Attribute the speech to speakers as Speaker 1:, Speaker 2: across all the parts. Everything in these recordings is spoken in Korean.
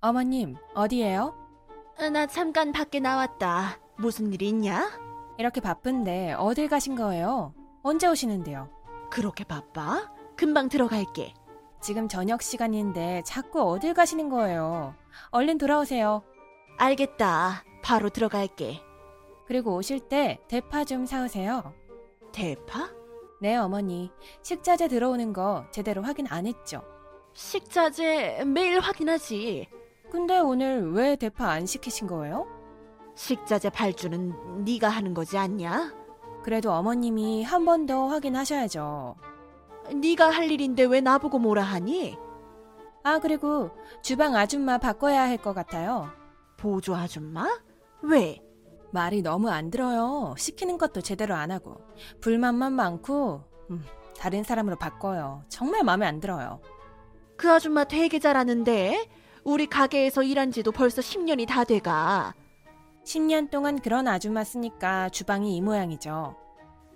Speaker 1: 어머님, 어디에요?
Speaker 2: 아, 나 잠깐 밖에 나왔다. 무슨 일 있냐?
Speaker 1: 이렇게 바쁜데 어딜 가신 거예요? 언제 오시는데요?
Speaker 2: 그렇게 바빠? 금방 들어갈게.
Speaker 1: 지금 저녁 시간인데 자꾸 어딜 가시는 거예요? 얼른 돌아오세요.
Speaker 2: 알겠다. 바로 들어갈게.
Speaker 1: 그리고 오실 때 대파 좀 사오세요.
Speaker 2: 대파?
Speaker 1: 네, 어머니. 식자재 들어오는 거 제대로 확인 안 했죠?
Speaker 2: 식자재 매일 확인하지.
Speaker 1: 근데 오늘 왜 대파 안 시키신 거예요?
Speaker 2: 식자재 발주는 네가 하는 거지 않냐?
Speaker 1: 그래도 어머님이 한 번 더 확인하셔야죠.
Speaker 2: 네가 할 일인데 왜 나보고 뭐라 하니?
Speaker 1: 아, 그리고 주방 아줌마 바꿔야 할 것 같아요.
Speaker 2: 보조 아줌마? 왜?
Speaker 1: 말이 너무 안 들어요. 시키는 것도 제대로 안 하고 불만만 많고 음, 다른 사람으로 바꿔요. 정말 마음에 안 들어요.
Speaker 2: 그 아줌마 되게 잘하는데 우리 가게에서 일한 지도 벌써 10년이 다 돼가.
Speaker 1: 10년 동안 그런 아줌마 쓰니까 주방이 이 모양이죠.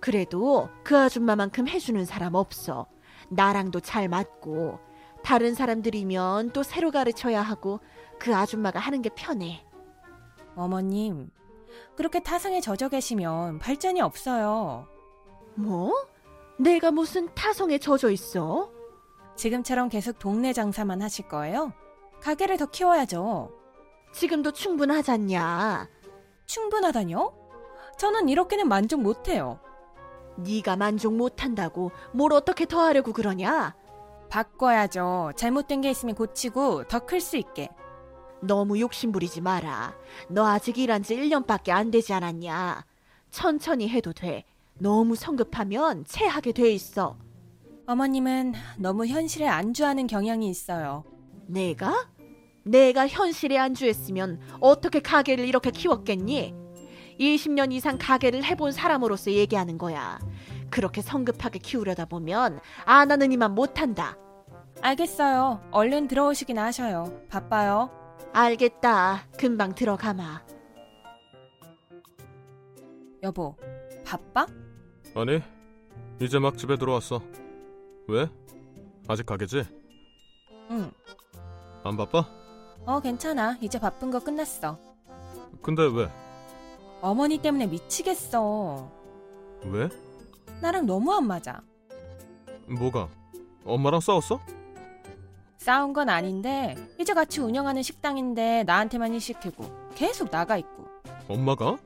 Speaker 2: 그래도 그 아줌마만큼 해주는 사람 없어. 나랑도 잘 맞고 다른 사람들이면 또 새로 가르쳐야 하고 그 아줌마가 하는 게 편해.
Speaker 1: 어머님, 그렇게 타성에 젖어 계시면 발전이 없어요.
Speaker 2: 뭐? 내가 무슨 타성에 젖어 있어?
Speaker 1: 지금처럼 계속 동네 장사만 하실 거예요? 가게를 더 키워야죠.
Speaker 2: 지금도 충분하잖냐.
Speaker 1: 충분하다뇨? 저는 이렇게는 만족 못해요.
Speaker 2: 네가 만족 못한다고 뭘 어떻게 더 하려고 그러냐?
Speaker 1: 바꿔야죠. 잘못된 게 있으면 고치고 더 클 수 있게.
Speaker 2: 너무 욕심부리지 마라. 너 아직 일한 지 1년밖에 안 되지 않았냐. 천천히 해도 돼. 너무 성급하면 체하게 돼 있어.
Speaker 1: 어머님은 너무 현실에 안주하는 경향이 있어요.
Speaker 2: 내가? 내가 현실에 안주했으면 어떻게 가게를 이렇게 키웠겠니? 20년 이상 가게를 해본 사람으로서 얘기하는 거야. 그렇게 성급하게 키우려다 보면 안 하는 이만 못한다.
Speaker 1: 알겠어요. 얼른 들어오시기나 하셔요. 바빠요.
Speaker 2: 알겠다. 금방 들어가마.
Speaker 1: 여보, 바빠?
Speaker 3: 아니, 이제 막 집에 들어왔어. 왜? 아직 가게지?
Speaker 1: 응.
Speaker 3: 안 바빠?
Speaker 1: 어, 괜찮아. 이제 바쁜 거 끝났어.
Speaker 3: 근데 왜?
Speaker 1: 어머니 때문에 미치겠어.
Speaker 3: 왜?
Speaker 1: 나랑 너무 안 맞아.
Speaker 3: 뭐가? 엄마랑 싸웠어?
Speaker 1: 싸운 건 아닌데, 이제 같이 운영하는 식당인데 나한테만 일 시키고, 계속 나가 있고.
Speaker 3: 엄마가?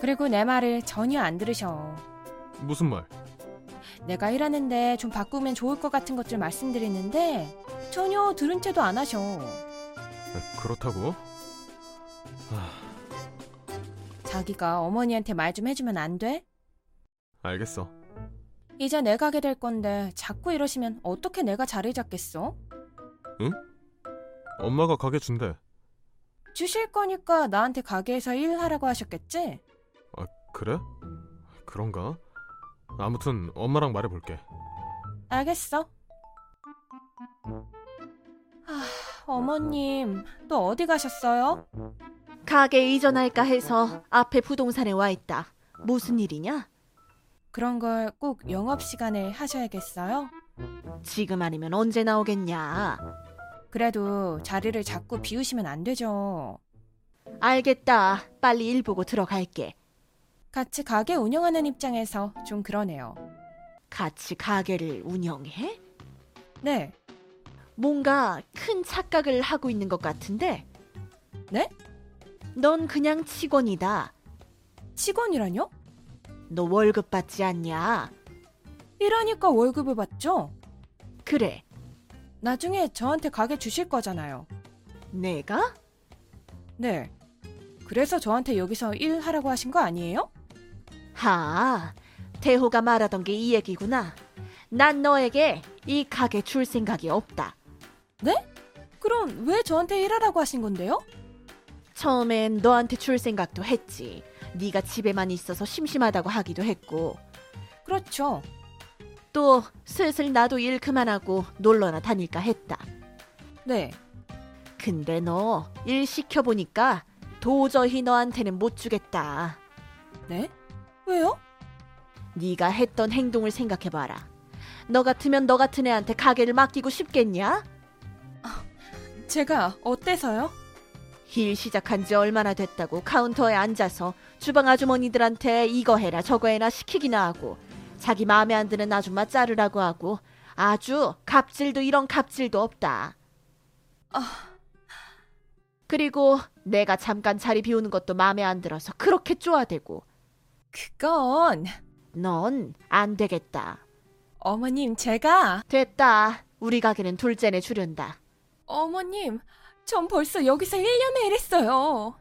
Speaker 1: 그리고 내 말을 전혀 안 들으셔.
Speaker 3: 무슨 말?
Speaker 1: 내가 일하는데 좀 바꾸면 좋을 것 같은 것들 말씀드리는데, 전혀 들은 채도 안 하셔.
Speaker 3: 에, 그렇다고?
Speaker 1: 자기가 어머니한테 말 좀 해주면 안 돼?
Speaker 3: 알겠어.
Speaker 1: 이제 내 가게 될 건데 자꾸 이러시면 어떻게 내가 자리 잡겠어?
Speaker 3: 엄마가 가게 준대.
Speaker 1: 주실 거니까 나한테 가게에서 일하라고 하셨겠지?
Speaker 3: 그래? 그런가? 아무튼 엄마랑 말해볼게.
Speaker 1: 알겠어. 아, 어머님, 또 어디 가셨어요?
Speaker 2: 가게 이전할까 해서 앞에 부동산에 와 있다. 무슨 일이냐?
Speaker 1: 그런 걸 꼭 영업 시간에 하셔야겠어요?
Speaker 2: 지금 아니면 언제 나오겠냐?
Speaker 1: 그래도 자리를 자꾸 비우시면 안 되죠.
Speaker 2: 알겠다. 빨리 일 보고 들어갈게.
Speaker 1: 같이 가게 운영하는 입장에서 좀 그러네요.
Speaker 2: 같이 가게를 운영해?
Speaker 1: 네,
Speaker 2: 뭔가 큰 착각을 하고 있는 것 같은데?
Speaker 1: 네?
Speaker 2: 넌 그냥 직원이다.
Speaker 1: 직원이라뇨?
Speaker 2: 너 월급 받지 않냐?
Speaker 1: 일하니까 월급을 받죠?
Speaker 2: 그래,
Speaker 1: 나중에 저한테 가게 주실 거잖아요.
Speaker 2: 내가?
Speaker 1: 네. 그래서 저한테 여기서 일하라고 하신 거 아니에요?
Speaker 2: 하, 대호가 말하던 게 이 얘기구나. 난 너에게 이 가게 줄 생각이 없다.
Speaker 1: 그럼 왜 저한테 일하라고 하신 건데요?
Speaker 2: 처음엔 너한테 줄 생각도 했지. 네가 집에만 있어서 심심하다고 하기도 했고,
Speaker 1: 그렇죠.
Speaker 2: 또 슬슬 나도 일 그만하고 놀러나 다닐까 했다.
Speaker 1: 네.
Speaker 2: 근데 너 일 시켜보니까 도저히 너한테는 못 주겠다.
Speaker 1: 네? 왜요?
Speaker 2: 네가 했던 행동을 생각해봐라. 너 같으면 너 같은 애한테 가게를 맡기고 싶겠냐?
Speaker 1: 제가 어때서요?
Speaker 2: 일 시작한 지 얼마나 됐다고 카운터에 앉아서 주방 아주머니들한테 이거 해라 저거 해라 시키기나 하고 자기 마음에 안 드는 아줌마 자르라고 하고 아주 갑질도 이런 갑질도 없다. 그리고 내가 잠깐 자리 비우는 것도 마음에 안 들어서 그렇게 쪼아대고
Speaker 1: 그건
Speaker 2: 넌 안 되겠다.
Speaker 1: 어머님 제가
Speaker 2: 됐다. 우리 가게는 둘째네 주련다.
Speaker 1: 어머님 전 벌써 여기서 1년을 일했어요.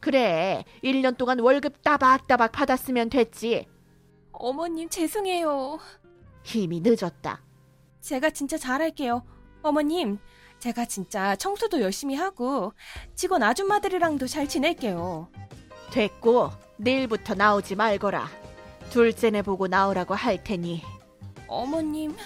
Speaker 2: 그래. 1년 동안 월급 따박따박 받았으면 됐지.
Speaker 1: 어머님 죄송해요.
Speaker 2: 힘이 늦었다.
Speaker 1: 제가 진짜 잘할게요. 어머님, 제가 진짜 청소도 열심히 하고 직원 아줌마들이랑도 잘 지낼게요.
Speaker 2: 됐고 내일부터 나오지 말거라. 둘째네 보고 나오라고 할 테니
Speaker 1: 어머님,